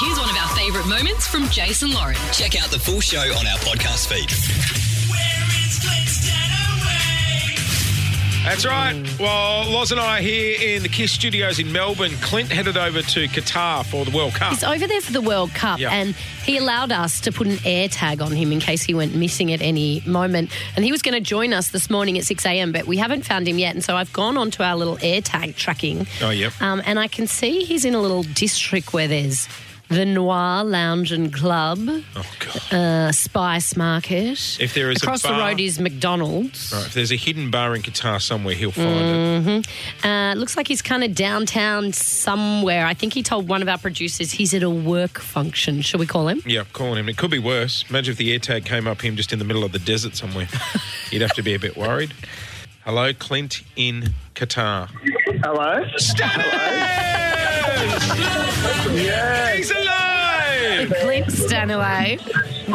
Here's one of our favourite moments from Jason Lauren. Check out the full show on our podcast feed. That's right. Mm. Well, Loz and I are here in the KISS studios in Melbourne. Clint headed over to Qatar for the World Cup. He's over there for the World Cup, Yeah. and he allowed us to put an air tag on him in case he went missing at any moment. And he was going to join us this morning at 6 a.m., but we haven't found him yet. And so I've gone onto our little air tag tracking. Oh, yep. Um, and I can see he's in a little district where there's the Noir Lounge and Club, Oh, God. uh, Spice Market. If there is a Across the bar- road is McDonald's. Right, if there's a hidden bar in Qatar somewhere, he'll find it. Uh, looks like he's kind of downtown somewhere. I think he told one of our producers he's at a work function. Shall we call him? Yeah, calling him. It could be worse. Imagine if the air tag came up him just in the middle of the desert somewhere. You'd have to be a bit worried. Hello, Clint in Qatar. Hello? Status! Yes. He's alive! Clint Stanaway,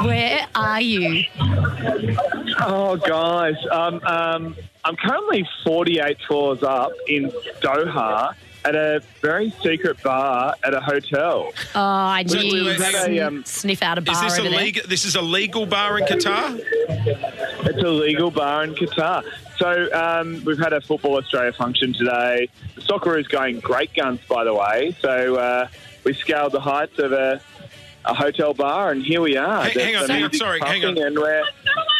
where are you? Oh, guys. Um, um, I'm currently 48 floors up in Doha at a very secret bar at a hotel. Oh, I Wait, knew wait, you wait, would hang sn- on. sniff out a bar Is this a over there. legal? This is a legal bar in Qatar. It's a legal bar in Qatar. So um, we've had a Football Australia function today. The soccer is going great guns, by the way. So uh, we scaled the heights of a, a hotel bar, and here we are. Hang- The- hang on, the hang on, music's sorry, hang pumping on. And we're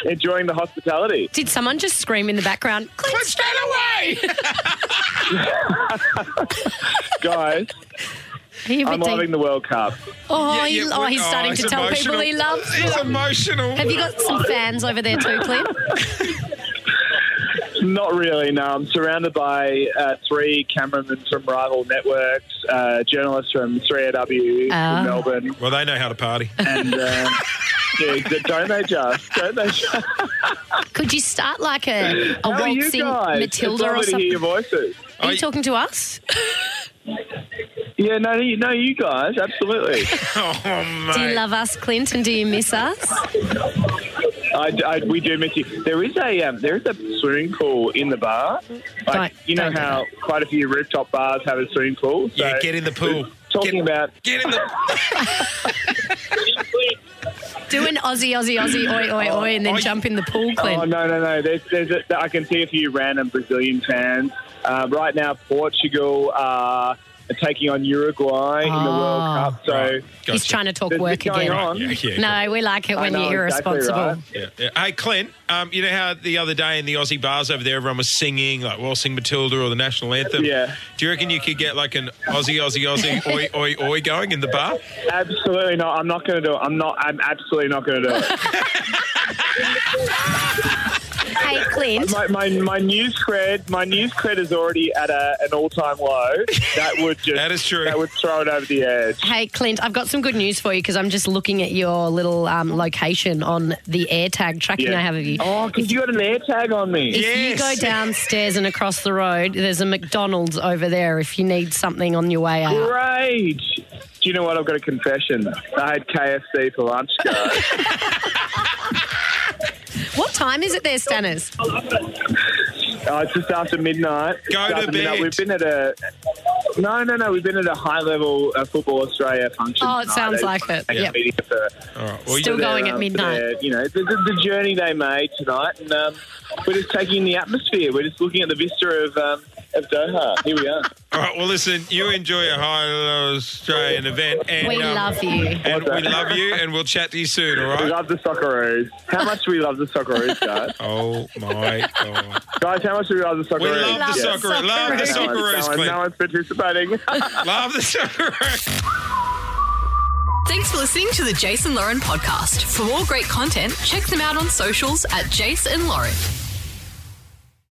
enjoying the hospitality. Did someone just scream in the background? Clint Let's get away! guys, Stanaway, you I'm redeemed- loving the World Cup. oh, Yeah, he- yeah, oh, we- he's oh, starting it's to tell people he emotional. loves. It's emotional. Have you got some fans over there too, Clint? Not really, no. I'm surrounded by uh, three cameramen from rival networks, uh, journalists from 3AW Ah. from Melbourne, Well, they know how to party. and um, yeah, d- don't they just? Don't they just? Could you start like a, a How are you waltzing guys? it's Matilda lovely or to hear something? your voices. Are you talking to us? Yeah, no, you, no, you guys, absolutely. Oh, mate. Do you love us, Clint, and do you miss us? I, I, we do miss you. There is a um, there is a swimming pool in the bar. Don't- Like you know don't do how quite a few rooftop bars have a swimming pool. So Yeah, get in the pool. Get- Talking about Get in the. Do an Aussie, Aussie, Aussie, oi, oi, oi, and then Oh, jump in the pool, Clint. Oh no no no! There's, there's a, I can see a few random Brazilian fans uh, right now. Portugal uh, are taking on Uruguay in the World Ah. Cup, so Right, He's gotcha. trying to talk there's work this going again. on. Yeah, yeah, No, we like it I when know you're exactly, irresponsible. right? Yeah, yeah. Hey, Clint, um, you know how the other day in the Aussie bars over there, everyone was singing, like waltzing Matilda or the national anthem? Yeah. Do you reckon you could get like an Aussie, Aussie, Aussie, oi, oi, oi going in the bar? Absolutely not. I'm not going to do it. I'm not. I'm absolutely not going to do it. Hey, Clint. my, my, my news cred, my news cred is already at a, an all time low. That would just That is true. That would throw it over the edge. Hey, Clint, I've got some good news for you because I'm just looking at your little um, location on the air tag tracking Yeah. I have of you. Oh, because you got an air tag on me. If Yes. you go downstairs and across the road, there's a McDonald's over there if you need something on your way out. Great. Do you know what? I've got a confession. I had KFC for lunch. guys. What time is it there, Stannis? Oh, it's just after midnight. Go Just to after midnight. bed. We've been at a no, no, no. We've been at a high level uh, football Australia function. Oh, it tonight. sounds They- like it. they Yep. meeting for- All right. Well, you- Still for their, going at um, for midnight. their, you know the, the, the journey they made tonight, and um, we're just taking in the atmosphere. We're just looking at the vista of um, of Doha. Here we are. all right. Well, listen, you enjoy a high Australian event. And, We um, love you. And we What's that? love you, and we'll chat to you soon, all We right? love the Socceroos. How much do we love the Socceroos, guys? Oh, my God. guys, how much do we love the Socceroos? We love the Love Yeah. soccer. Love the Socceroos. No one's- Socceroos, no one's- no Clint. one's participating. Love the Socceroos. Thanks for listening to the Jason Lauren podcast. For more great content, check them out on socials at Jason Lauren.